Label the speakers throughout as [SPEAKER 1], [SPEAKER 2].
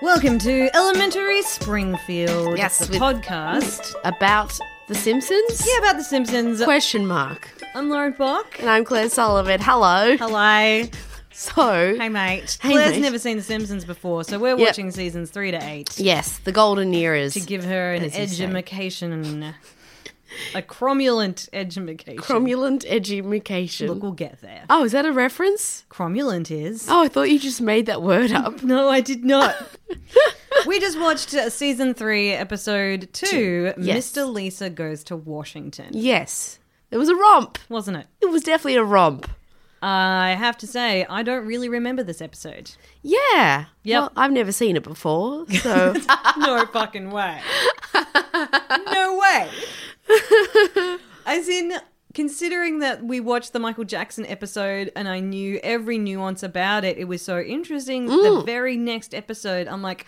[SPEAKER 1] Welcome to Elementary Springfield.
[SPEAKER 2] Yes,
[SPEAKER 1] the
[SPEAKER 2] with-
[SPEAKER 1] podcast.
[SPEAKER 2] About The Simpsons?
[SPEAKER 1] Yeah, about The Simpsons.
[SPEAKER 2] Question mark.
[SPEAKER 1] I'm Lauren Bach.
[SPEAKER 2] And I'm Claire Sullivan. Hello.
[SPEAKER 1] Hello.
[SPEAKER 2] So,
[SPEAKER 1] Hey, mate.
[SPEAKER 2] Hey,
[SPEAKER 1] Claire's
[SPEAKER 2] mate.
[SPEAKER 1] never seen The Simpsons before, so we're
[SPEAKER 2] Yep.
[SPEAKER 1] watching seasons three to eight
[SPEAKER 2] yes, the golden eras.
[SPEAKER 1] to give her an
[SPEAKER 2] As you say.
[SPEAKER 1] edumacation. A cromulent edumacation. Look,
[SPEAKER 2] Cromulent edumacation.
[SPEAKER 1] we'll get there.
[SPEAKER 2] Oh, is that a reference?
[SPEAKER 1] Cromulent is.
[SPEAKER 2] Oh, I thought you just made that word up.
[SPEAKER 1] No, I did not. we just watched uh, season three, episode two,
[SPEAKER 2] Yes.
[SPEAKER 1] Mr. Lisa Goes to Washington,
[SPEAKER 2] yes. It was a romp.
[SPEAKER 1] wasn't it?
[SPEAKER 2] It was definitely a romp.
[SPEAKER 1] I have to say, I don't really remember this episode.
[SPEAKER 2] Yeah.
[SPEAKER 1] Yep.
[SPEAKER 2] Well, I've never seen it before, so
[SPEAKER 1] No fucking way. No way. As in, considering that we watched the Michael Jackson episode and I knew every nuance about it, it was so interesting. The very next episode, I'm like,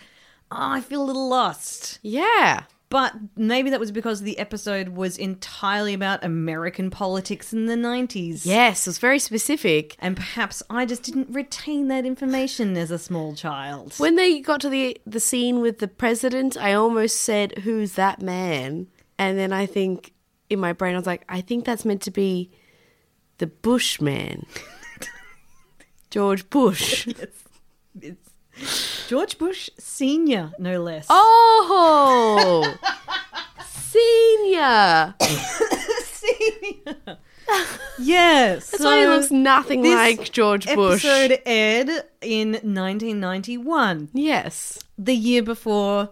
[SPEAKER 1] oh, I feel a little lost.
[SPEAKER 2] yeah.
[SPEAKER 1] But maybe that was because the episode was entirely about American politics in the 90s.
[SPEAKER 2] Yes, it was very specific.
[SPEAKER 1] And perhaps I just didn't retain that information as a small child.
[SPEAKER 2] When they got to the the scene with the president, I almost said, "Who's that man?" And then I think in my brain, I was like, "I think that's meant to be the Bush man, George Bush."
[SPEAKER 1] George Bush Sr., no less.
[SPEAKER 2] Oh, senior.
[SPEAKER 1] Sr. yes.
[SPEAKER 2] That's why he looks nothing
[SPEAKER 1] this
[SPEAKER 2] like George Bush.
[SPEAKER 1] Episode aired in 1991,
[SPEAKER 2] Yes,
[SPEAKER 1] the year before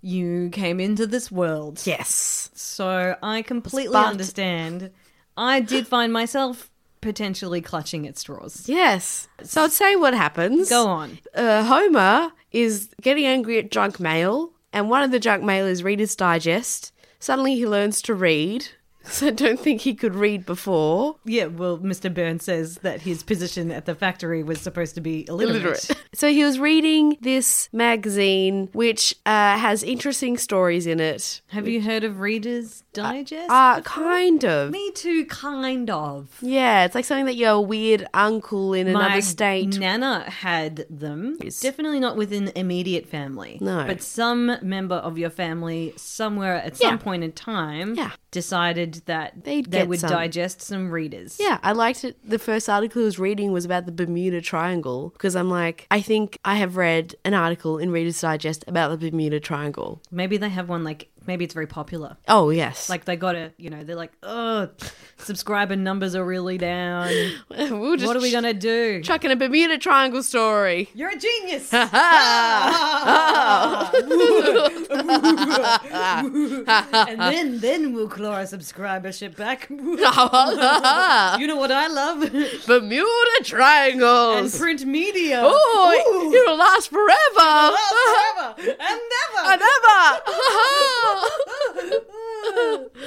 [SPEAKER 1] you came into this world.
[SPEAKER 2] yes,
[SPEAKER 1] So I completely
[SPEAKER 2] But-
[SPEAKER 1] understand. I did find myself potentially clutching at straws.
[SPEAKER 2] yes. So I'd say what happens.
[SPEAKER 1] Go on.
[SPEAKER 2] uh, Homer is getting angry at junk mail, and one of the junk mail is Reader's Digest. Suddenly he learns to read, so I don't think he could read before.
[SPEAKER 1] Yeah, well, Mr. Burns says that his position at the factory was supposed to be illiterate.
[SPEAKER 2] so he was reading this magazine, which uh, has interesting stories in it.
[SPEAKER 1] Have you heard of Reader's Digest?
[SPEAKER 2] Uh, kind of.
[SPEAKER 1] Me too, kind of.
[SPEAKER 2] Yeah, it's like something that your weird uncle in another state.
[SPEAKER 1] Nana had them. Definitely not within immediate family.
[SPEAKER 2] No.
[SPEAKER 1] But some member of your family somewhere at
[SPEAKER 2] Yeah.
[SPEAKER 1] some point in time
[SPEAKER 2] Yeah.
[SPEAKER 1] decided that
[SPEAKER 2] They'd
[SPEAKER 1] they
[SPEAKER 2] get
[SPEAKER 1] would
[SPEAKER 2] some.
[SPEAKER 1] digest some readers.
[SPEAKER 2] Yeah, I liked it. The first article I was reading was about the Bermuda Triangle because I'm like, I think I have read an article in Reader's Digest about the Bermuda Triangle.
[SPEAKER 1] Maybe they have one like maybe it's very popular.
[SPEAKER 2] Oh, yes.
[SPEAKER 1] Like they gotta you know, they're like, Oh subscriber numbers are really down.
[SPEAKER 2] we'll just
[SPEAKER 1] what are we gonna do?
[SPEAKER 2] chucking a Bermuda Triangle story.
[SPEAKER 1] You're a genius. Ah. and then then we'll claw our subscribership back. you know what I love?
[SPEAKER 2] Bermuda
[SPEAKER 1] and
[SPEAKER 2] Triangles.
[SPEAKER 1] print media.
[SPEAKER 2] oh,
[SPEAKER 1] Ooh.
[SPEAKER 2] it'll last forever.
[SPEAKER 1] Oh, forever and never.
[SPEAKER 2] Forever.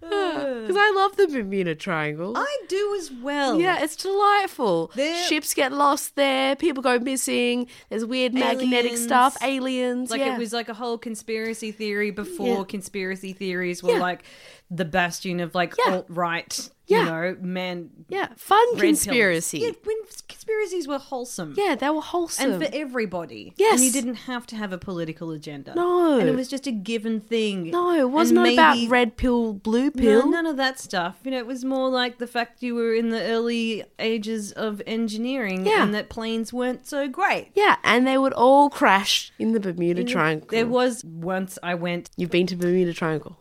[SPEAKER 2] Because I love the Bermuda Triangle.
[SPEAKER 1] I do as well.
[SPEAKER 2] Yeah, it's delightful.
[SPEAKER 1] They're-
[SPEAKER 2] Ships get lost there. People go missing. There's weird magnetic
[SPEAKER 1] Aliens.
[SPEAKER 2] stuff. Aliens.
[SPEAKER 1] Like
[SPEAKER 2] yeah.
[SPEAKER 1] it was like a whole conspiracy theory before
[SPEAKER 2] Yeah.
[SPEAKER 1] conspiracy theories were
[SPEAKER 2] Yeah.
[SPEAKER 1] like the bastion of like
[SPEAKER 2] Yeah.
[SPEAKER 1] alt right,
[SPEAKER 2] Yeah.
[SPEAKER 1] you know, man.
[SPEAKER 2] yeah, fun
[SPEAKER 1] red pills.
[SPEAKER 2] conspiracy.
[SPEAKER 1] Yeah, when conspiracies were wholesome.
[SPEAKER 2] Yeah. they were wholesome.
[SPEAKER 1] and for everybody.
[SPEAKER 2] Yes.
[SPEAKER 1] and you didn't have to have a political agenda.
[SPEAKER 2] No.
[SPEAKER 1] and it was just a given thing.
[SPEAKER 2] no, it
[SPEAKER 1] And
[SPEAKER 2] wasn't about
[SPEAKER 1] maybe-
[SPEAKER 2] red pill, blue
[SPEAKER 1] No,
[SPEAKER 2] pill.
[SPEAKER 1] none of that stuff. You know, it was more like the fact you were in the early ages of engineering
[SPEAKER 2] Yeah.
[SPEAKER 1] and that planes weren't so great.
[SPEAKER 2] Yeah, and they would all crash in the Bermuda Triangle.
[SPEAKER 1] There was once I went.
[SPEAKER 2] You've been to Bermuda Triangle.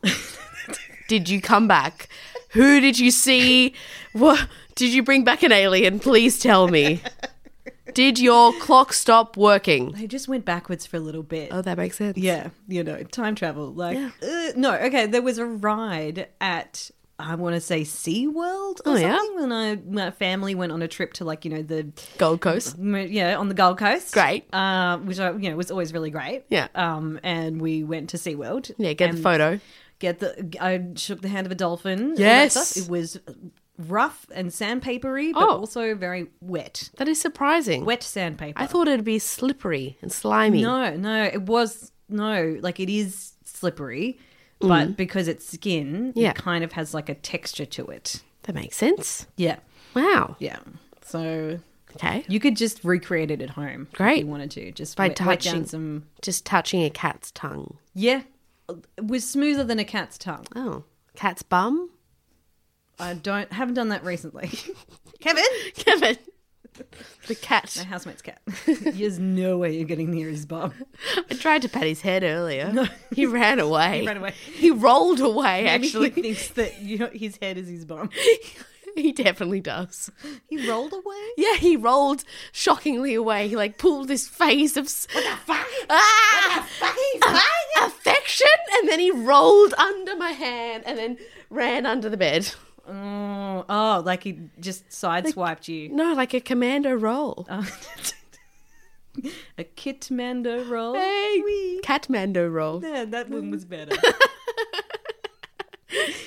[SPEAKER 2] did you come back? Who did you see? What did you bring back an alien? Please tell me. Did your clock stop working?
[SPEAKER 1] They just went backwards for a little bit.
[SPEAKER 2] Oh, that makes sense.
[SPEAKER 1] Yeah, you know, time travel. Like,
[SPEAKER 2] Yeah.
[SPEAKER 1] uh, no, okay, there was a ride at. I want to say SeaWorld or
[SPEAKER 2] Oh,
[SPEAKER 1] something
[SPEAKER 2] yeah?
[SPEAKER 1] when I my family went on a trip to like you know the
[SPEAKER 2] Gold Coast.
[SPEAKER 1] Mm, yeah, on the Gold Coast.
[SPEAKER 2] Great.
[SPEAKER 1] Uh, which I, you know was always really great.
[SPEAKER 2] Yeah.
[SPEAKER 1] Um, and we went to SeaWorld.
[SPEAKER 2] Yeah, get the
[SPEAKER 1] and
[SPEAKER 2] photo.
[SPEAKER 1] Get the. I shook the hand of a dolphin. all that
[SPEAKER 2] Yes.
[SPEAKER 1] stuff. It was rough and sandpapery, but
[SPEAKER 2] Oh.
[SPEAKER 1] also very wet.
[SPEAKER 2] That is surprising.
[SPEAKER 1] Wet sandpaper.
[SPEAKER 2] I thought it'd be slippery and slimy.
[SPEAKER 1] no, no, it was no. Like it is slippery, but because it's skin,
[SPEAKER 2] Mm. Yeah.
[SPEAKER 1] it kind of has like a texture to it.
[SPEAKER 2] That makes sense.
[SPEAKER 1] Yeah.
[SPEAKER 2] Wow.
[SPEAKER 1] Yeah. So
[SPEAKER 2] Okay.
[SPEAKER 1] You could just recreate it at home. If
[SPEAKER 2] Great.
[SPEAKER 1] you wanted to. Just wet,
[SPEAKER 2] By
[SPEAKER 1] wet down
[SPEAKER 2] touching.
[SPEAKER 1] some.
[SPEAKER 2] Just touching a cat's tongue.
[SPEAKER 1] Yeah. It was smoother than a cat's tongue.
[SPEAKER 2] Oh, cat's bum?
[SPEAKER 1] I don't haven't done that recently. Kevin,
[SPEAKER 2] Kevin. The
[SPEAKER 1] my
[SPEAKER 2] cat.
[SPEAKER 1] housemate's cat. There's no way you're getting near his bum.
[SPEAKER 2] I tried to pat his head earlier. He ran away.
[SPEAKER 1] He ran away.
[SPEAKER 2] He rolled away,
[SPEAKER 1] Actually,
[SPEAKER 2] actually.
[SPEAKER 1] he thinks that you know, his head is his bum.
[SPEAKER 2] he definitely does.
[SPEAKER 1] He rolled away.
[SPEAKER 2] Yeah, he rolled shockingly away. He like pulled this phase of what the fuck? Ah, a- affection, and then he rolled under my hand, and then ran under the bed.
[SPEAKER 1] Oh, oh like he just sideswiped you.
[SPEAKER 2] No, like a commando roll,
[SPEAKER 1] Oh. A kitmando roll.
[SPEAKER 2] Hey.
[SPEAKER 1] Wee.
[SPEAKER 2] catmando roll,
[SPEAKER 1] Yeah, that one was better.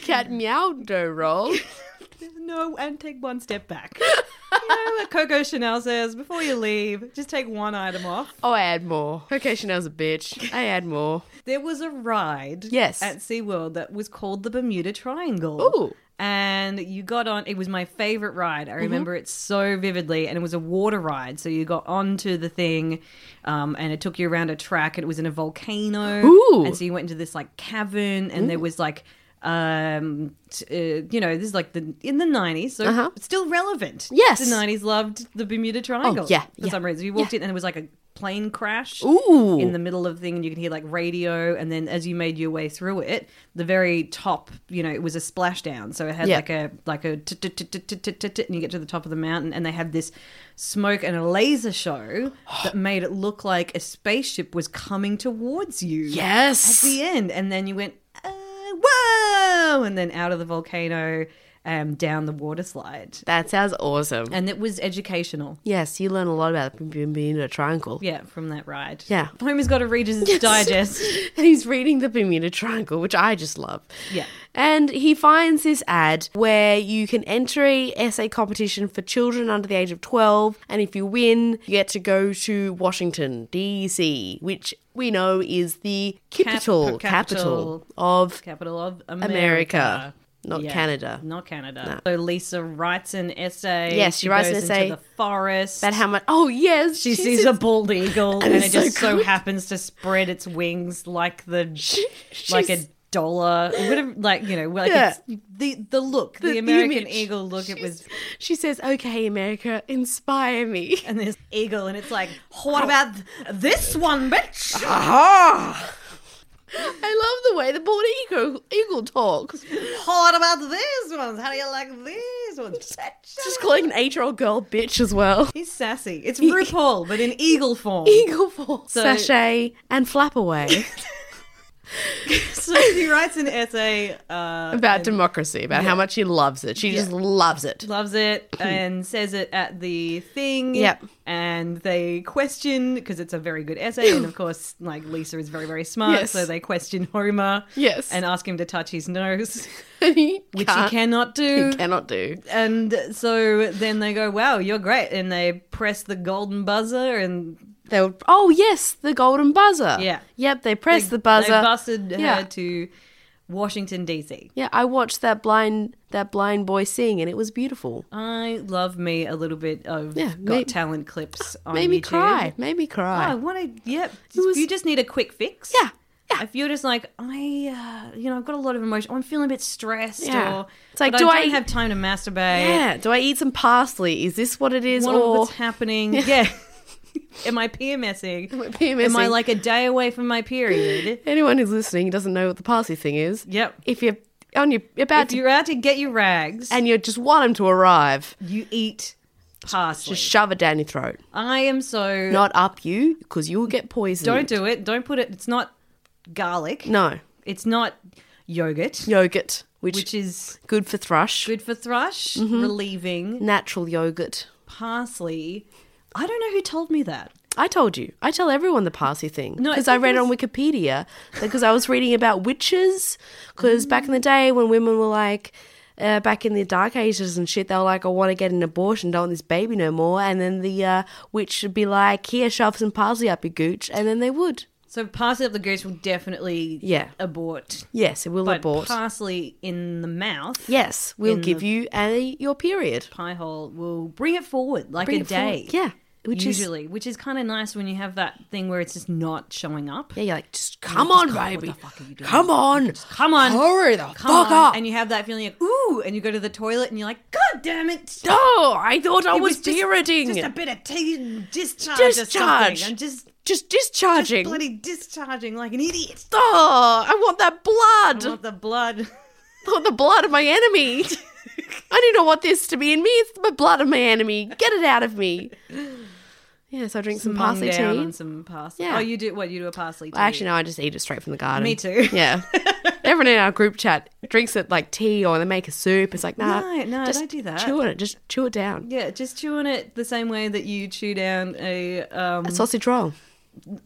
[SPEAKER 2] cat meowdo roll.
[SPEAKER 1] no, and take one step back. you know, like Coco Chanel says, before you leave, just take one item off.
[SPEAKER 2] Oh, I add more. Okay, Chanel's a bitch. I add more.
[SPEAKER 1] There was a ride
[SPEAKER 2] Yes.
[SPEAKER 1] at SeaWorld that was called the Bermuda Triangle.
[SPEAKER 2] Ooh. Mm-hmm.
[SPEAKER 1] And you got on, it was my favorite ride. I remember it so vividly. And it was a water ride. So you got onto the thing um, and it took you around a track. And it was in a volcano.
[SPEAKER 2] Ooh.
[SPEAKER 1] And so you went into this like cavern and there was like, um, t- uh, you know, this is like the in the 90s. So
[SPEAKER 2] Uh-huh.
[SPEAKER 1] it's still relevant.
[SPEAKER 2] Yes. Oh,
[SPEAKER 1] The 90s loved the Bermuda Triangle.
[SPEAKER 2] yeah,
[SPEAKER 1] For
[SPEAKER 2] yeah,
[SPEAKER 1] some reason. You walked in and there was like a plane crash
[SPEAKER 2] Ooh.
[SPEAKER 1] in the middle of the thing and you can hear like radio and then as you made your way through it the very top you know it was a splashdown so it had
[SPEAKER 2] Yeah.
[SPEAKER 1] like a like a t- t- t- t- t- t- t- t- and you get to the top of the mountain and they had this smoke and a laser show that made it look like a spaceship was coming towards you
[SPEAKER 2] yes.
[SPEAKER 1] at the end and then you went uh, whoa and then out of the volcano um down the water slide
[SPEAKER 2] that sounds awesome.
[SPEAKER 1] and it was educational
[SPEAKER 2] Yes, you learn a lot about the Bermuda Triangle.
[SPEAKER 1] yeah from that ride
[SPEAKER 2] Yeah.
[SPEAKER 1] homie's got to read his digest
[SPEAKER 2] and he's reading the Bermuda Triangle, which I just love.
[SPEAKER 1] Yeah.
[SPEAKER 2] And he finds this ad where you can enter a essay competition for children under the age of 12. And if you win, you get to go to Washington, D.C., which we know is the capital,
[SPEAKER 1] capital.
[SPEAKER 2] capital of
[SPEAKER 1] capital of America.
[SPEAKER 2] America, not
[SPEAKER 1] Yeah,
[SPEAKER 2] Canada.
[SPEAKER 1] Not Canada. So Lisa writes an essay.
[SPEAKER 2] Yes, she writes an
[SPEAKER 1] goes
[SPEAKER 2] essay
[SPEAKER 1] into the forest.
[SPEAKER 2] About how much. Oh, yes.
[SPEAKER 1] she sees a bald eagle and, it
[SPEAKER 2] it's so
[SPEAKER 1] just so
[SPEAKER 2] good.
[SPEAKER 1] happens to spread its wings like the
[SPEAKER 2] she's-
[SPEAKER 1] like a dollar or whatever like you know like
[SPEAKER 2] Yeah.
[SPEAKER 1] it's, the the look the,
[SPEAKER 2] the
[SPEAKER 1] American
[SPEAKER 2] image.
[SPEAKER 1] eagle look it was
[SPEAKER 2] She says, okay, America, inspire me.
[SPEAKER 1] and this eagle and it's like what about th- this one bitch
[SPEAKER 2] I love the way the bald eagle, eagle talks.
[SPEAKER 1] what about these ones how do you like these ones
[SPEAKER 2] Just calling an eight-year-old girl bitch as well.
[SPEAKER 1] he's sassy it's RuPaul but in eagle form
[SPEAKER 2] Eagle Paw,
[SPEAKER 1] So-
[SPEAKER 2] sachet, and flap away
[SPEAKER 1] So she writes an essay, uh,
[SPEAKER 2] about democracy, about how much she loves it. She just loves it.
[SPEAKER 1] loves it, and says it at the thing.
[SPEAKER 2] Yep.
[SPEAKER 1] And they question because it's a very good essay, and of course, like Lisa is very very smart,
[SPEAKER 2] Yes.
[SPEAKER 1] so they question Homer.
[SPEAKER 2] Yes.
[SPEAKER 1] And ask him to touch his nose,
[SPEAKER 2] Which he
[SPEAKER 1] which he cannot do.
[SPEAKER 2] cannot do.
[SPEAKER 1] And so then they go, "Wow, you're great!" And they press the golden buzzer, and
[SPEAKER 2] They would, oh yes, the golden buzzer.
[SPEAKER 1] Yeah.
[SPEAKER 2] Yep, they press
[SPEAKER 1] they-
[SPEAKER 2] the buzzer.
[SPEAKER 1] They busted
[SPEAKER 2] Yeah.
[SPEAKER 1] her to Washington D.C.
[SPEAKER 2] yeah, I watched that blind that blind boy sing and it was beautiful.
[SPEAKER 1] I love me a little bit of
[SPEAKER 2] Yeah,
[SPEAKER 1] Got
[SPEAKER 2] made-
[SPEAKER 1] Talent clips on
[SPEAKER 2] Made me
[SPEAKER 1] YouTube.
[SPEAKER 2] cry. Made me
[SPEAKER 1] Oh, I
[SPEAKER 2] cry.
[SPEAKER 1] want to. Yep.
[SPEAKER 2] was-
[SPEAKER 1] You just need a quick fix.
[SPEAKER 2] Yeah,
[SPEAKER 1] If you're just like I, uh, you know, I've got a lot of emotion. I'm feeling a bit stressed.
[SPEAKER 2] Yeah.
[SPEAKER 1] Or
[SPEAKER 2] It's like,
[SPEAKER 1] but
[SPEAKER 2] do
[SPEAKER 1] I
[SPEAKER 2] I-
[SPEAKER 1] don't have time to masturbate?
[SPEAKER 2] yeah. Do I eat some parsley? Is this what it is?
[SPEAKER 1] What
[SPEAKER 2] or
[SPEAKER 1] what's happening? Yeah. Am I PMSing? Am
[SPEAKER 2] PMSing?
[SPEAKER 1] Am I like a day away from my period?
[SPEAKER 2] anyone who's listening doesn't know what the parsley thing is?
[SPEAKER 1] yep.
[SPEAKER 2] If you're on your about
[SPEAKER 1] If
[SPEAKER 2] to
[SPEAKER 1] you're out to get your rags,
[SPEAKER 2] and you just want him to arrive,
[SPEAKER 1] you eat parsley.
[SPEAKER 2] just shove it down your throat.
[SPEAKER 1] I am so.
[SPEAKER 2] Not up you, because you'll get poisoned.
[SPEAKER 1] don't do it. Don't put it. It's not garlic.
[SPEAKER 2] No.
[SPEAKER 1] It's not yogurt,
[SPEAKER 2] Yogurt, which, Mm-hmm.
[SPEAKER 1] which is
[SPEAKER 2] good for thrush.
[SPEAKER 1] good for thrush, relieving,
[SPEAKER 2] Natural yogurt.
[SPEAKER 1] parsley. I don't know who told me that.
[SPEAKER 2] I told you. I tell everyone the Parsi thing.
[SPEAKER 1] No, I
[SPEAKER 2] Because I,
[SPEAKER 1] think it
[SPEAKER 2] read it on Wikipedia. Because I was reading about witches. Because back in the day when women were like, uh, back in the dark ages and shit, they were like, I want to get an abortion, don't want this baby no more. And then the uh, witch would be like, here, shove some parsley up your gooch. And then they would.
[SPEAKER 1] So parsley up the goose will definitely
[SPEAKER 2] Yeah.
[SPEAKER 1] abort.
[SPEAKER 2] Yes, it will
[SPEAKER 1] But
[SPEAKER 2] abort.
[SPEAKER 1] parsley in the mouth,
[SPEAKER 2] yes, we'll
[SPEAKER 1] in
[SPEAKER 2] give
[SPEAKER 1] the-
[SPEAKER 2] you a your period.
[SPEAKER 1] pie hole will bring it forward like
[SPEAKER 2] Bring
[SPEAKER 1] a
[SPEAKER 2] it forward.
[SPEAKER 1] day.
[SPEAKER 2] Yeah. Which is
[SPEAKER 1] usually, which is kind of nice when you have that thing where it's just not showing up.
[SPEAKER 2] yeah, you're like, just come
[SPEAKER 1] Just
[SPEAKER 2] on,
[SPEAKER 1] come- what
[SPEAKER 2] baby.
[SPEAKER 1] the fuck are you doing?
[SPEAKER 2] Come on.
[SPEAKER 1] Come on,
[SPEAKER 2] Hurry the
[SPEAKER 1] come
[SPEAKER 2] fuck
[SPEAKER 1] on.
[SPEAKER 2] up.
[SPEAKER 1] And you have that feeling like ooh, and you go to the toilet and you're like, God damn it!
[SPEAKER 2] oh, I thought I
[SPEAKER 1] It
[SPEAKER 2] was,
[SPEAKER 1] just-
[SPEAKER 2] perioding.
[SPEAKER 1] Just a bit of t- discharge, or
[SPEAKER 2] Discharge.
[SPEAKER 1] something. I'm just
[SPEAKER 2] just discharging.
[SPEAKER 1] bloody discharging like an idiot.
[SPEAKER 2] oh, I want that blood.
[SPEAKER 1] I want the blood.
[SPEAKER 2] I want the blood of my enemy. I do not want this to be in me. It's the blood of my enemy. Get it out of me. Yeah, so I drink some
[SPEAKER 1] Mung
[SPEAKER 2] parsley tea.
[SPEAKER 1] down on some parsley.
[SPEAKER 2] Yeah.
[SPEAKER 1] Oh, you do what? You do a parsley tea.
[SPEAKER 2] Well, Actually, no, I just eat it straight from the garden.
[SPEAKER 1] Me too.
[SPEAKER 2] Yeah. Everyone in our group chat drinks it like tea or they make a soup. It's like, nah.
[SPEAKER 1] No, no,
[SPEAKER 2] just
[SPEAKER 1] don't do that.
[SPEAKER 2] Chew it. Just chew it down.
[SPEAKER 1] yeah, just chew on it the same way that you chew down a um
[SPEAKER 2] A sausage roll.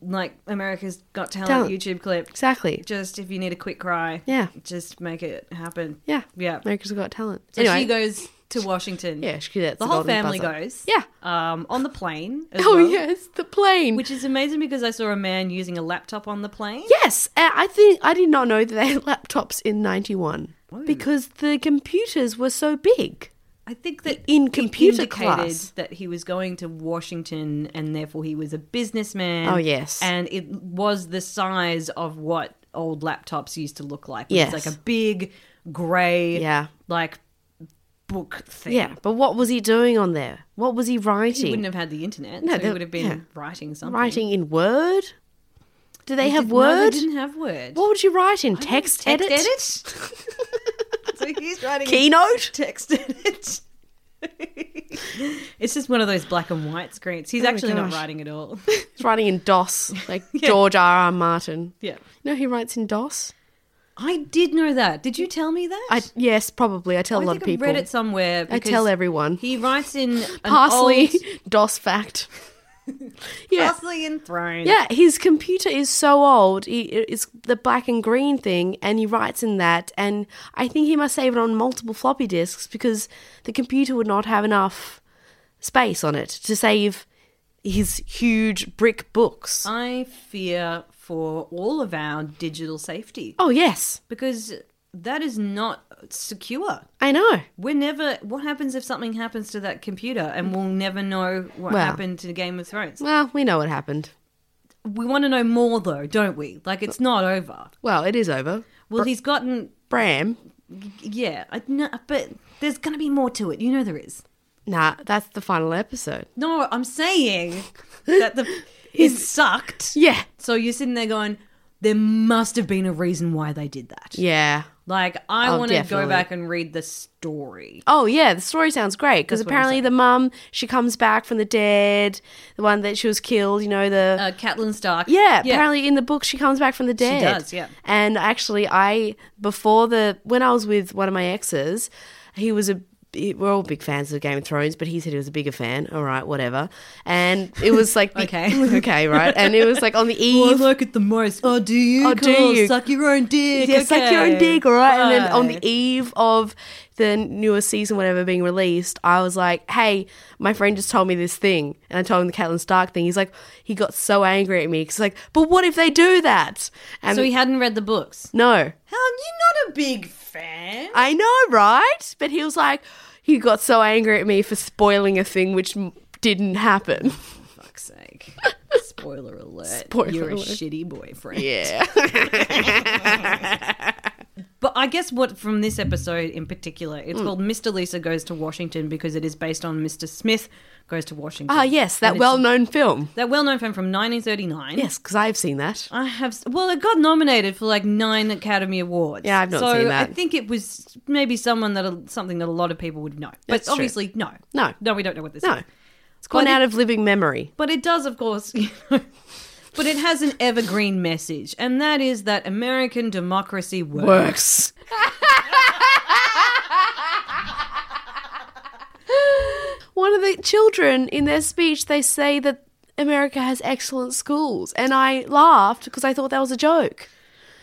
[SPEAKER 1] like America's Got Talent,
[SPEAKER 2] Talent.
[SPEAKER 1] YouTube clip.
[SPEAKER 2] Exactly.
[SPEAKER 1] Just if you need a quick cry,
[SPEAKER 2] Yeah.
[SPEAKER 1] just make it happen.
[SPEAKER 2] Yeah.
[SPEAKER 1] Yeah.
[SPEAKER 2] America's Got Talent.
[SPEAKER 1] So
[SPEAKER 2] anyway.
[SPEAKER 1] she goes to Washington.
[SPEAKER 2] yeah, she, that's
[SPEAKER 1] the whole
[SPEAKER 2] golden
[SPEAKER 1] family
[SPEAKER 2] buzzer.
[SPEAKER 1] goes.
[SPEAKER 2] Yeah.
[SPEAKER 1] Um, on the plane. As
[SPEAKER 2] Oh,
[SPEAKER 1] well,
[SPEAKER 2] yes. The plane.
[SPEAKER 1] Which is amazing because I saw a man using a laptop on the plane.
[SPEAKER 2] Yes, uh, I think I did not know that they had laptops in '91
[SPEAKER 1] Whoa.
[SPEAKER 2] because the computers were so big.
[SPEAKER 1] I think that
[SPEAKER 2] In
[SPEAKER 1] it
[SPEAKER 2] computer
[SPEAKER 1] indicated
[SPEAKER 2] class.
[SPEAKER 1] that he was going to Washington and therefore he was a businessman.
[SPEAKER 2] Oh, yes.
[SPEAKER 1] and it was the size of what old laptops used to look like. which
[SPEAKER 2] Yes.
[SPEAKER 1] is like a big gray,
[SPEAKER 2] Yeah.
[SPEAKER 1] like book thing.
[SPEAKER 2] Yeah, but what was he doing on there? What was he
[SPEAKER 1] he
[SPEAKER 2] writing?
[SPEAKER 1] wouldn't have had the internet.
[SPEAKER 2] No,
[SPEAKER 1] so he
[SPEAKER 2] they-
[SPEAKER 1] would have been
[SPEAKER 2] yeah.
[SPEAKER 1] writing something.
[SPEAKER 2] writing in Word? Do
[SPEAKER 1] He
[SPEAKER 2] they have
[SPEAKER 1] did- No, they
[SPEAKER 2] Word?
[SPEAKER 1] didn't have Word.
[SPEAKER 2] what would you write in? Text edit?
[SPEAKER 1] so he's writing
[SPEAKER 2] Keynote?
[SPEAKER 1] text edit. it's just one of those black and white screens. He's
[SPEAKER 2] Oh my
[SPEAKER 1] actually not
[SPEAKER 2] gosh.
[SPEAKER 1] writing at all.
[SPEAKER 2] He's writing in DOS, like George R. R. Martin.
[SPEAKER 1] yeah.
[SPEAKER 2] No, he writes in DOS.
[SPEAKER 1] I did know that. Did you tell me that?
[SPEAKER 2] I yes, probably. I tell
[SPEAKER 1] I
[SPEAKER 2] a lot
[SPEAKER 1] think
[SPEAKER 2] of people.
[SPEAKER 1] I read it somewhere.
[SPEAKER 2] I
[SPEAKER 1] because
[SPEAKER 2] tell everyone.
[SPEAKER 1] He writes in an
[SPEAKER 2] Parsley
[SPEAKER 1] old-
[SPEAKER 2] DOS fact. yeah.
[SPEAKER 1] parsley and throne.
[SPEAKER 2] Yeah, his computer is so old. He, it's the black and green thing, and he writes in that. And I think he must save it on multiple floppy disks because the computer would not have enough space on it to save his huge brick books.
[SPEAKER 1] I fear for all of our digital safety
[SPEAKER 2] oh yes,
[SPEAKER 1] because that is not secure.
[SPEAKER 2] I know.
[SPEAKER 1] We're never. What happens if something happens to that computer, and we'll never know what
[SPEAKER 2] Well.
[SPEAKER 1] happened to Game of Thrones?
[SPEAKER 2] Well, we know what happened.
[SPEAKER 1] We want to know more, though, don't we? Like it's not over.
[SPEAKER 2] Well, it is over.
[SPEAKER 1] Well, he's gotten.
[SPEAKER 2] Bram,
[SPEAKER 1] Yeah, I, no, but there's going to be more to it. You know there is.
[SPEAKER 2] nah, that's the final episode.
[SPEAKER 1] No, I'm saying that the it sucked.
[SPEAKER 2] Yeah,
[SPEAKER 1] So you're sitting there going, there must have been a reason why they did that.
[SPEAKER 2] yeah.
[SPEAKER 1] Like I
[SPEAKER 2] Oh,
[SPEAKER 1] want to go
[SPEAKER 2] definitely.
[SPEAKER 1] back and read the story.
[SPEAKER 2] Oh yeah, the story sounds great because
[SPEAKER 1] That's what I'm
[SPEAKER 2] apparently the mum she comes back from the dead, the one that she was killed. You know the
[SPEAKER 1] Uh, Catelyn Stark.
[SPEAKER 2] Yeah, apparently in the book she comes back from the dead.
[SPEAKER 1] does, yeah.
[SPEAKER 2] And actually, I before the when I was with one of my exes, he was a we're all big fans of Game of Thrones, but he said he was a bigger fan. All right, whatever. And it was like the-
[SPEAKER 1] Okay.
[SPEAKER 2] okay, right. And it was like on the
[SPEAKER 1] I
[SPEAKER 2] eve.
[SPEAKER 1] like it the most. Oh, do you?
[SPEAKER 2] Oh, do Cool. you?
[SPEAKER 1] Suck your own dick.
[SPEAKER 2] Yeah, suck your own dick, all right? And then on the eve of the newest season, whatever, being released, I was like, hey, my friend just told me this thing. And I told him the Catelyn Stark thing. He's like, he got so angry at me. He's like, but what if they do that? And
[SPEAKER 1] So he hadn't read the books.
[SPEAKER 2] no.
[SPEAKER 1] How you not a big fan?
[SPEAKER 2] I know, right? But he was like, he got so angry at me for spoiling a thing which m- didn't happen.
[SPEAKER 1] fuck's sake. Spoiler alert.
[SPEAKER 2] Spoiler
[SPEAKER 1] You're
[SPEAKER 2] alert.
[SPEAKER 1] a shitty boyfriend.
[SPEAKER 2] Yeah.
[SPEAKER 1] But I guess what from this episode in particular, it's
[SPEAKER 2] Mm.
[SPEAKER 1] called Mr. Lisa Goes to Washington because it is based on Mr. Smith Goes to Washington.
[SPEAKER 2] Ah, yes, that
[SPEAKER 1] And it's-
[SPEAKER 2] well known film.
[SPEAKER 1] that well-known film from 1939.
[SPEAKER 2] Yes, because I've seen that.
[SPEAKER 1] I have well, it got nominated for like nine Academy Awards.
[SPEAKER 2] Yeah, I've not
[SPEAKER 1] so
[SPEAKER 2] seen that.
[SPEAKER 1] I think it was maybe someone that something that a lot of people would know, but
[SPEAKER 2] That's true.
[SPEAKER 1] obviously no,
[SPEAKER 2] No.
[SPEAKER 1] no, we don't know what this
[SPEAKER 2] No.
[SPEAKER 1] is.
[SPEAKER 2] It's gone
[SPEAKER 1] But it-
[SPEAKER 2] out of living memory.
[SPEAKER 1] But it does, of course, you know, but it has an evergreen message, and that is that American democracy works.
[SPEAKER 2] Works. One of the children in their speech, they say that America has excellent schools. And I laughed because I thought that was a joke.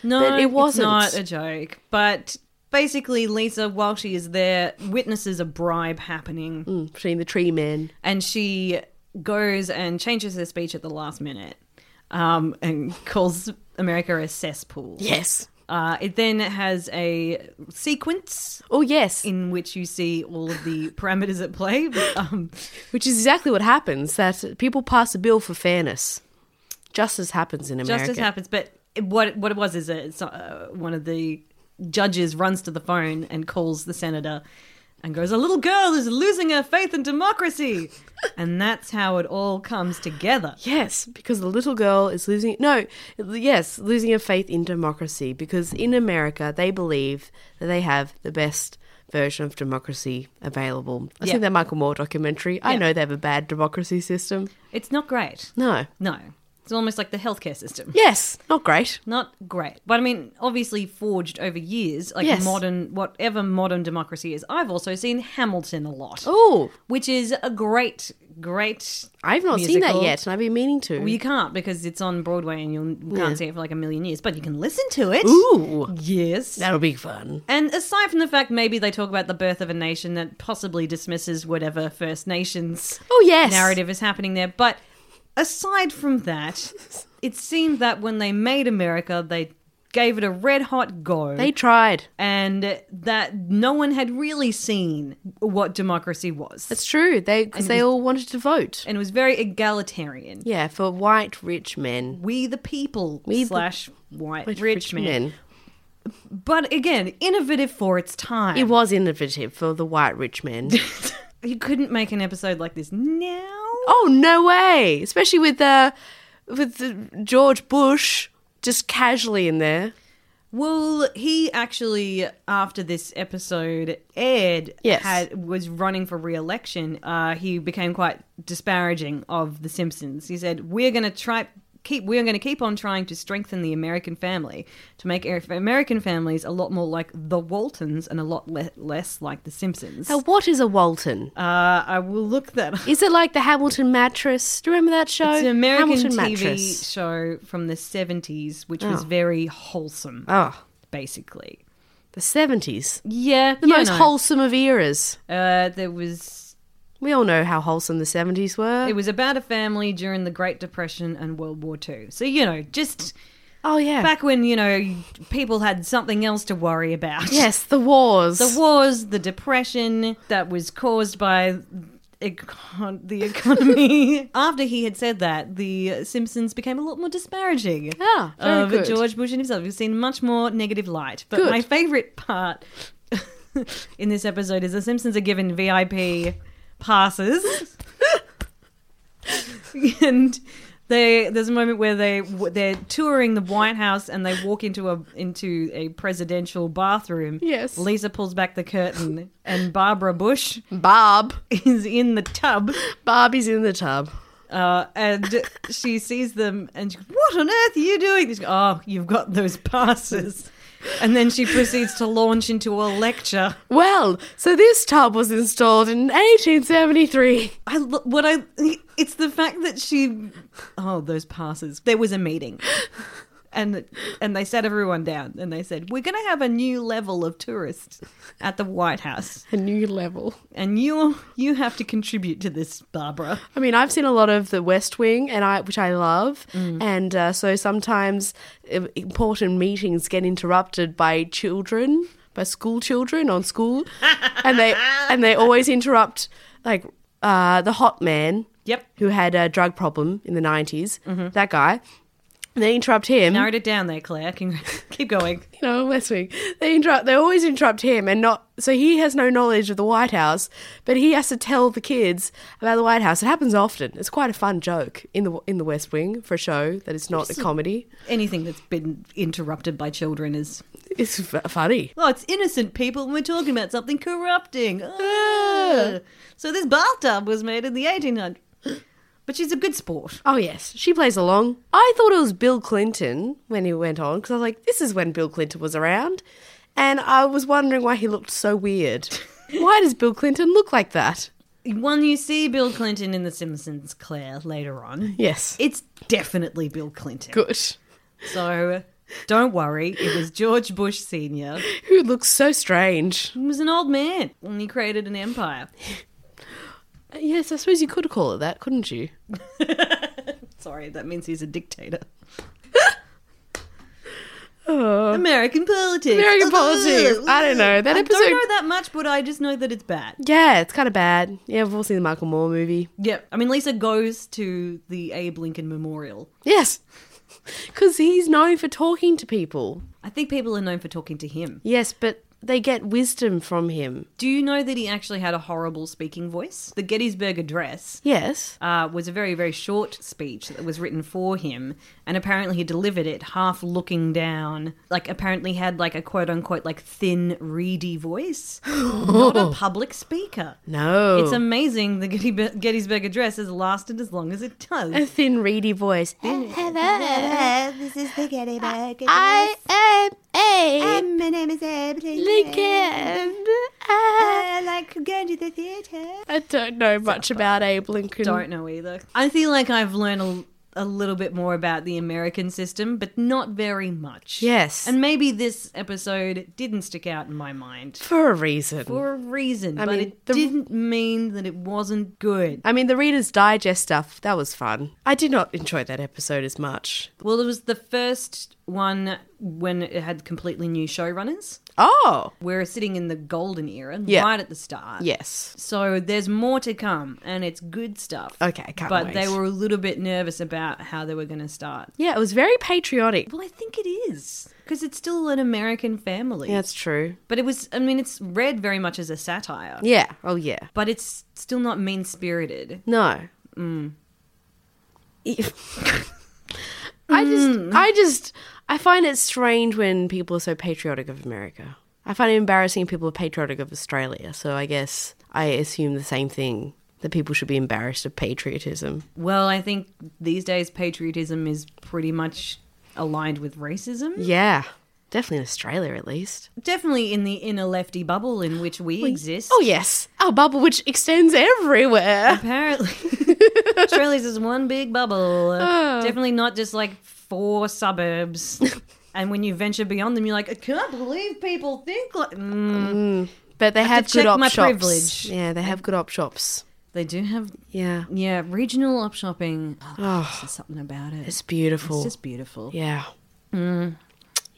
[SPEAKER 1] No,
[SPEAKER 2] But it
[SPEAKER 1] it's
[SPEAKER 2] wasn't.
[SPEAKER 1] not a joke. But basically, Lisa, while she is there, witnesses a bribe happening,
[SPEAKER 2] Mm, between the tree men.
[SPEAKER 1] and she goes and changes her speech at the last minute. um, and calls America a cesspool.
[SPEAKER 2] Yes.
[SPEAKER 1] Uh, it then has a sequence
[SPEAKER 2] Oh, yes.
[SPEAKER 1] in which you see all of the parameters at play. But, um,
[SPEAKER 2] Which is exactly what happens that people pass a bill for fairness. Justice happens in America.
[SPEAKER 1] justice happens, but it- what what it was is a, it's uh, one of the judges runs to the phone and calls the senator and goes, "A little girl is losing her faith in democracy," and that's how it all comes together.
[SPEAKER 2] Yes, because the little girl is losing. No, yes, losing her faith in democracy. Because in America, they believe that they have the best version of democracy available. I
[SPEAKER 1] Yeah.
[SPEAKER 2] think that Michael Moore documentary. I
[SPEAKER 1] Yeah.
[SPEAKER 2] know they have a bad democracy system.
[SPEAKER 1] It's not great.
[SPEAKER 2] No.
[SPEAKER 1] No, it's almost like the healthcare system.
[SPEAKER 2] Yes, not great.
[SPEAKER 1] Not great, but I mean, obviously forged over years, like
[SPEAKER 2] Yes.
[SPEAKER 1] modern, whatever modern democracy is. I've also seen Hamilton a lot,
[SPEAKER 2] Oh,
[SPEAKER 1] which is a great, great.
[SPEAKER 2] I've not seen that
[SPEAKER 1] Musical.
[SPEAKER 2] yet, and I've been meaning to.
[SPEAKER 1] Well, you can't because it's on Broadway and you'll- you can't
[SPEAKER 2] Mm. Yeah.
[SPEAKER 1] see it for like a million years, but you can listen to it.
[SPEAKER 2] Ooh,
[SPEAKER 1] Yes.
[SPEAKER 2] that'll be fun.
[SPEAKER 1] And aside from the fact maybe they talk about the birth of a nation that possibly dismisses whatever First Nations
[SPEAKER 2] Oh yes,
[SPEAKER 1] narrative is happening there, but aside from that, it seemed that when they made America, they gave it a red hot go.
[SPEAKER 2] They tried.
[SPEAKER 1] and that no one had really seen what democracy was.
[SPEAKER 2] That's true. They because they all wanted to vote.
[SPEAKER 1] and it was very egalitarian.
[SPEAKER 2] Yeah, for white rich men.
[SPEAKER 1] We the people
[SPEAKER 2] We the-
[SPEAKER 1] slash white rich, man.
[SPEAKER 2] men.
[SPEAKER 1] But again, innovative for its time.
[SPEAKER 2] It was innovative for the white rich men.
[SPEAKER 1] you couldn't make an episode like this now.
[SPEAKER 2] oh no way! Especially with uh, with the George Bush just casually in there.
[SPEAKER 1] Well, he actually, after this episode aired,
[SPEAKER 2] Yes.
[SPEAKER 1] had, was running for re-election. Uh, he became quite disparaging of The Simpsons. He said, "We're going to try." Keep, we are going to keep on trying to strengthen the American family to make Ar- American families a lot more like the Waltons and a lot le- less like the Simpsons.
[SPEAKER 2] Now, what is a Walton?
[SPEAKER 1] Uh, I will look that up.
[SPEAKER 2] Is it like the Hamilton mattress? Do you remember that show?
[SPEAKER 1] It's an American
[SPEAKER 2] Hamilton
[SPEAKER 1] TV show from the 70s, which was
[SPEAKER 2] Oh.
[SPEAKER 1] very wholesome,
[SPEAKER 2] Oh,
[SPEAKER 1] basically.
[SPEAKER 2] the seventies.
[SPEAKER 1] Yeah,
[SPEAKER 2] The most wholesome of eras.
[SPEAKER 1] Uh, there was
[SPEAKER 2] We all know how wholesome the seventies were.
[SPEAKER 1] it was about a family during the Great Depression and World War Two. So you know, just
[SPEAKER 2] oh yeah.
[SPEAKER 1] back when you know people had something else to worry about.
[SPEAKER 2] yes, the wars.
[SPEAKER 1] the wars, the depression that was caused by econ- the economy. After he had said that, the Simpsons became a lot more disparaging.
[SPEAKER 2] Ah, very
[SPEAKER 1] of
[SPEAKER 2] good.
[SPEAKER 1] Uh, George Bush and himself. We've seen much more negative light. But
[SPEAKER 2] Good.
[SPEAKER 1] my favorite part in this episode is the Simpsons are given VIP passes. and they there's a moment where they they're touring the White House and they walk into a into a presidential bathroom.
[SPEAKER 2] Yes.
[SPEAKER 1] Lisa pulls back the curtain and Barbara Bush
[SPEAKER 2] Barb.
[SPEAKER 1] is in the tub.
[SPEAKER 2] Barbie's in the tub.
[SPEAKER 1] Uh, and she sees them and she goes, What on earth are you doing? She goes, oh, you've got those passes. And then she proceeds to launch into a lecture.
[SPEAKER 2] Well, so this tub was installed in 1873.
[SPEAKER 1] I lo- what I it's the fact that she oh those passes. There was a meeting. And and they sat everyone down and they said, "We're going to have a new level of tourists at the White House,
[SPEAKER 2] A new level.
[SPEAKER 1] and you you have to contribute to this, Barbara."
[SPEAKER 2] I mean, I've seen a lot of The West Wing, and I, which I love, and uh, so sometimes uh, important meetings get interrupted by children, by school children on school, and they and they always interrupt like uh, the hot man,
[SPEAKER 1] Yep.
[SPEAKER 2] who had a drug problem in the 90s that guy. And they interrupt him.
[SPEAKER 1] Narrowed it down there, Claire. Congra- Keep going.
[SPEAKER 2] you know, West Wing. They interrupt. They always interrupt him, and not so he has no knowledge of the White House, but he has to tell the kids about the White House. It happens often. It's quite a fun joke in the in the West Wing for a show that is not a comedy.
[SPEAKER 1] anything that's been interrupted by children is
[SPEAKER 2] It's f- funny.
[SPEAKER 1] oh it's innocent people and we're talking about something corrupting Ugh. so this bathtub was made in the 1800s but she's a good sport
[SPEAKER 2] Oh yes, she plays along. I thought it was Bill Clinton when he went on because I was like, this is when Bill Clinton was around, and I was wondering why he looked so weird. why does Bill Clinton look like that?
[SPEAKER 1] when you see bill clinton in the simpsons claire later on
[SPEAKER 2] Yes,
[SPEAKER 1] it's definitely bill clinton
[SPEAKER 2] good.
[SPEAKER 1] so don't worry it was george bush senior
[SPEAKER 2] Who looks so strange?
[SPEAKER 1] he was an old man and he created an empire
[SPEAKER 2] Yes, I suppose you could call it that, couldn't you?
[SPEAKER 1] Sorry, that means he's a dictator. American politics.
[SPEAKER 2] Oh. American politics. I don't know. That
[SPEAKER 1] I
[SPEAKER 2] episode-
[SPEAKER 1] don't know that much, but I just know that it's bad.
[SPEAKER 2] Yeah, it's kind of bad. Yeah, we've all seen the Michael Moore movie.
[SPEAKER 1] Yep. I mean, Lisa goes to the Abe Lincoln Memorial.
[SPEAKER 2] Yes. Because he's known for talking to people.
[SPEAKER 1] I think people are known for talking to him.
[SPEAKER 2] Yes, but they get wisdom from him.
[SPEAKER 1] Do you know that he actually had a horrible speaking voice? The Gettysburg Address
[SPEAKER 2] Yes.
[SPEAKER 1] uh, was a very, very short speech that was written for him, and apparently he delivered it half looking down. Like, apparently had like a quote unquote like thin, reedy voice. Not a public speaker.
[SPEAKER 2] No.
[SPEAKER 1] It's amazing the Gettysburg Gettysburg Address has lasted as long as it does.
[SPEAKER 2] a thin, reedy voice.
[SPEAKER 3] Hello, this is the Getty Bug.
[SPEAKER 2] I am a
[SPEAKER 3] my name is Abe
[SPEAKER 2] Lincoln.
[SPEAKER 3] I like going to the theatre.
[SPEAKER 2] I don't know much about Abe Lincoln.
[SPEAKER 1] don't know either. Mm. I feel like I've learned a, a little bit more about the American system, but not very much.
[SPEAKER 2] Yes.
[SPEAKER 1] And maybe this episode didn't stick out in my mind
[SPEAKER 2] for a reason.
[SPEAKER 1] for a reason, but
[SPEAKER 2] mean,
[SPEAKER 1] it
[SPEAKER 2] the-
[SPEAKER 1] didn't mean that it wasn't good.
[SPEAKER 2] I mean, the Reader's Digest stuff, that was fun. I did not enjoy that episode as much.
[SPEAKER 1] Well, it was the first one when it had completely new showrunners.
[SPEAKER 2] Oh,
[SPEAKER 1] We're sitting in the golden era,
[SPEAKER 2] Yeah.
[SPEAKER 1] right at the start.
[SPEAKER 2] yes.
[SPEAKER 1] So there's more to come, and it's good stuff.
[SPEAKER 2] Okay, can't
[SPEAKER 1] but
[SPEAKER 2] wait.
[SPEAKER 1] they were a little bit nervous about how they were going to start.
[SPEAKER 2] Yeah, it was very patriotic.
[SPEAKER 1] Well, I think it is because it's still an American family.
[SPEAKER 2] Yeah, that's true.
[SPEAKER 1] But it was, I mean, it's read very much as a satire,
[SPEAKER 2] Yeah. Oh, yeah.
[SPEAKER 1] but it's still not mean spirited.
[SPEAKER 2] No. Mm. I
[SPEAKER 1] Mm.
[SPEAKER 2] just, I just, I find it strange when people are so patriotic of America. I find it embarrassing when people are patriotic of Australia. So I guess I assume the same thing that people should be embarrassed of patriotism.
[SPEAKER 1] Well, I think these days patriotism is pretty much aligned with racism.
[SPEAKER 2] Yeah, definitely in Australia at least.
[SPEAKER 1] Definitely in the inner lefty bubble in which we exist.
[SPEAKER 2] Oh yes, our bubble which extends everywhere.
[SPEAKER 1] Apparently, Australia's is one big bubble.
[SPEAKER 2] Ah.
[SPEAKER 1] Definitely not just like four suburbs. and when you venture beyond them, you're like, I can't believe people think like. Mm.
[SPEAKER 2] But they have,
[SPEAKER 1] to
[SPEAKER 2] good
[SPEAKER 1] check
[SPEAKER 2] op
[SPEAKER 1] my
[SPEAKER 2] shops.
[SPEAKER 1] privilege.
[SPEAKER 2] Yeah, they have good op shops.
[SPEAKER 1] They do have,
[SPEAKER 2] Yeah,
[SPEAKER 1] yeah, regional op shopping. Oh, there's something about it.
[SPEAKER 2] it's beautiful.
[SPEAKER 1] It's just beautiful.
[SPEAKER 2] Yeah.
[SPEAKER 1] I think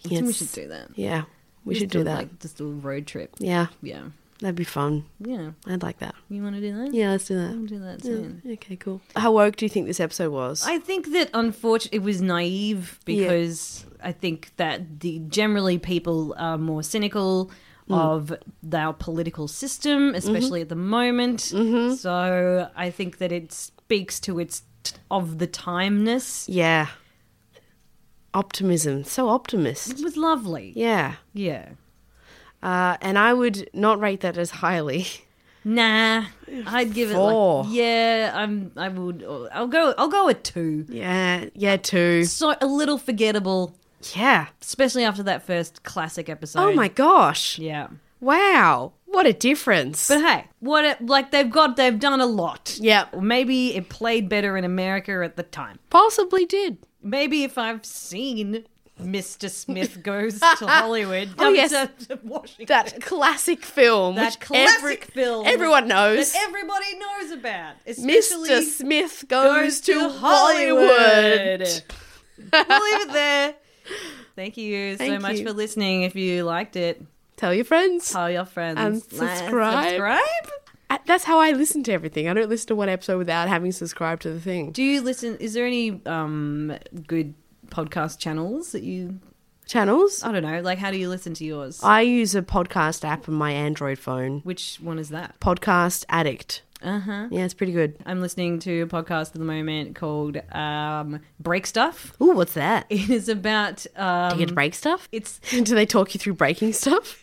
[SPEAKER 1] we
[SPEAKER 2] Yes.
[SPEAKER 1] should do that.
[SPEAKER 2] Yeah, we
[SPEAKER 1] Just
[SPEAKER 2] should do that.
[SPEAKER 1] Like, just do a road trip.
[SPEAKER 2] yeah,
[SPEAKER 1] Yeah.
[SPEAKER 2] that'd be fun.
[SPEAKER 1] Yeah.
[SPEAKER 2] I'd like that.
[SPEAKER 1] You want to do that?
[SPEAKER 2] Yeah, let's do
[SPEAKER 1] We'll
[SPEAKER 2] that.
[SPEAKER 1] do that
[SPEAKER 2] Yeah.
[SPEAKER 1] soon.
[SPEAKER 2] Okay, cool. How woke do you think this episode was?
[SPEAKER 1] I think that unfortunately it was naive because I think that the generally people are more cynical
[SPEAKER 2] Mm.
[SPEAKER 1] of our political
[SPEAKER 2] Mm-hmm.
[SPEAKER 1] system, especially at the moment. So I think that it speaks to its t- of the timeness.
[SPEAKER 2] yeah. Optimism. So optimist.
[SPEAKER 1] It was lovely.
[SPEAKER 2] Yeah.
[SPEAKER 1] Yeah.
[SPEAKER 2] Uh, and I would not rate that as highly.
[SPEAKER 1] Nah, I'd give
[SPEAKER 2] Four.
[SPEAKER 1] it like yeah. I'm. I would. I'll go. I'll go a two.
[SPEAKER 2] Yeah. Yeah, too.
[SPEAKER 1] So a little forgettable,
[SPEAKER 2] Yeah.
[SPEAKER 1] especially after that first classic episode.
[SPEAKER 2] Oh my gosh.
[SPEAKER 1] Yeah.
[SPEAKER 2] Wow. What a difference.
[SPEAKER 1] But hey, what it, like they've got they've done a lot.
[SPEAKER 2] Yep.
[SPEAKER 1] Maybe it played better in America at the time.
[SPEAKER 2] Possibly did.
[SPEAKER 1] Maybe if I've seen Mr. Smith goes to Hollywood, I
[SPEAKER 2] Oh,
[SPEAKER 1] mean,
[SPEAKER 2] yes.
[SPEAKER 1] to- to Washington,
[SPEAKER 2] That classic film.
[SPEAKER 1] that
[SPEAKER 2] which
[SPEAKER 1] classic
[SPEAKER 2] every-
[SPEAKER 1] film,
[SPEAKER 2] Everyone knows.
[SPEAKER 1] that everybody knows about, especially
[SPEAKER 2] Mr. Smith goes, to, Hollywood.
[SPEAKER 1] we'll leave it there. Thank you so
[SPEAKER 2] Thank
[SPEAKER 1] much
[SPEAKER 2] you.
[SPEAKER 1] for listening. If you liked it,
[SPEAKER 2] Tell your friends.
[SPEAKER 1] tell your friends
[SPEAKER 2] And
[SPEAKER 1] Like,
[SPEAKER 2] subscribe.
[SPEAKER 1] subscribe.
[SPEAKER 2] I- That's how I listen to everything. I don't listen to one episode without having subscribed to the thing.
[SPEAKER 1] Do you listen? Is there any um good podcast channels that you?
[SPEAKER 2] Channels.
[SPEAKER 1] I don't know. Like, how do you listen to yours?
[SPEAKER 2] I use a podcast app on my Android phone.
[SPEAKER 1] Which one is that?
[SPEAKER 2] Podcast Addict.
[SPEAKER 1] Uh huh.
[SPEAKER 2] Yeah, it's pretty good.
[SPEAKER 1] I'm listening to a podcast at the moment called um, Break Stuff.
[SPEAKER 2] Ooh, what's that? Do
[SPEAKER 1] It is about
[SPEAKER 2] you
[SPEAKER 1] um,
[SPEAKER 2] get to break stuff?
[SPEAKER 1] it's
[SPEAKER 2] Do they talk you through breaking stuff?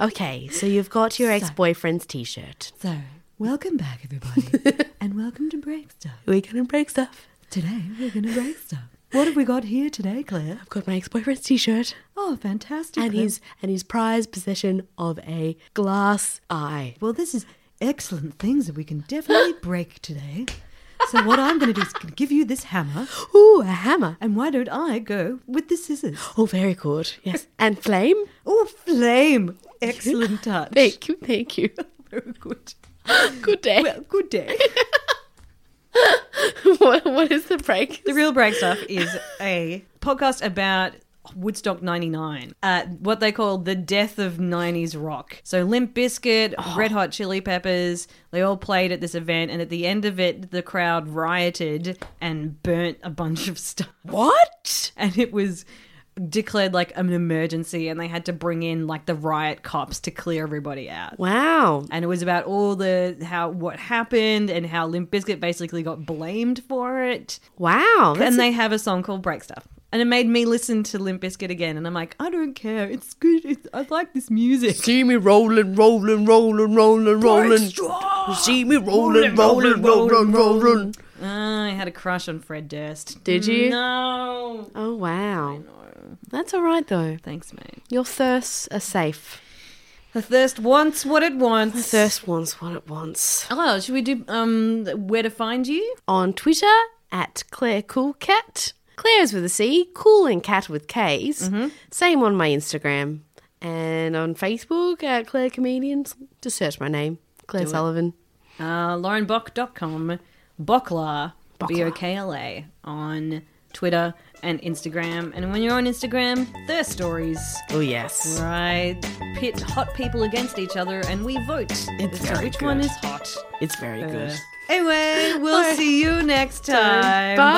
[SPEAKER 2] okay, so you've got your ex boyfriend's t shirt.
[SPEAKER 1] so. Welcome back, everybody, and welcome to Break Stuff.
[SPEAKER 2] We're going to break stuff.
[SPEAKER 1] Today we're going to break stuff. What have we got here today, Claire?
[SPEAKER 2] I've got my ex boyfriend's t shirt
[SPEAKER 1] Oh, fantastic!
[SPEAKER 2] and
[SPEAKER 1] Claire.
[SPEAKER 2] his and his prized possession of a glass eye.
[SPEAKER 1] Well, this is excellent things that we can definitely break today. So what I'm going to do is gonna give you this hammer.
[SPEAKER 2] Ooh, a hammer.
[SPEAKER 1] And why don't I go with the scissors?
[SPEAKER 2] Oh, very good. Yes. And flame?
[SPEAKER 1] Oh, flame! Excellent touch.
[SPEAKER 2] Thank you, thank you.
[SPEAKER 1] Very good.
[SPEAKER 2] Good day.
[SPEAKER 1] Well, good day.
[SPEAKER 2] what, what is the break?
[SPEAKER 1] The Real Break Stuff is a podcast about Woodstock 99, uh, what they call the death of 90s rock. So Limp Bizkit, Red Hot Chili Peppers, they all played at this event, and at the end of it, the crowd rioted and burnt a bunch of stuff.
[SPEAKER 2] What?
[SPEAKER 1] And it was declared like an emergency, and they had to bring in like the riot cops to clear everybody out
[SPEAKER 2] Wow.
[SPEAKER 1] and it was about all the how what happened and how Limp Bizkit basically got blamed for it.
[SPEAKER 2] Wow. That's
[SPEAKER 1] and they have a song called Break Stuff. And it made me listen to Limp Bizkit again, and I'm like, I don't care. It's good. It's, I like this music.
[SPEAKER 2] see me rolling, rolling, rolling, rolling, rolling. See me rolling, rolling, rolling, rolling.
[SPEAKER 1] Uh, I had a crush on Fred Durst.
[SPEAKER 2] Did you?
[SPEAKER 1] No.
[SPEAKER 2] Oh wow. That's all right though.
[SPEAKER 1] Thanks, mate.
[SPEAKER 2] Your thirsts are safe.
[SPEAKER 1] The thirst wants what it wants.
[SPEAKER 2] Thirst wants what it wants.
[SPEAKER 1] Oh, should we do um where to find you?
[SPEAKER 2] On Twitter at Claire Cool Cat. Claire's with a C, Cool and Cat with K's. Same on my Instagram and on Facebook at Claire Comedians. Just search my name, Claire Sullivan.
[SPEAKER 1] uh, laurenbock.com, Bokla,
[SPEAKER 2] Bokla.
[SPEAKER 1] B-O-K-L-A, on Twitter and Instagram. And when you're on Instagram, thirst stories,
[SPEAKER 2] Oh yes.
[SPEAKER 1] where I pit hot people against each other and we vote
[SPEAKER 2] It's
[SPEAKER 1] as to
[SPEAKER 2] very
[SPEAKER 1] which one
[SPEAKER 2] good.
[SPEAKER 1] is hot.
[SPEAKER 2] It's very good.
[SPEAKER 1] Anyway, we'll see you next time.
[SPEAKER 2] Bye.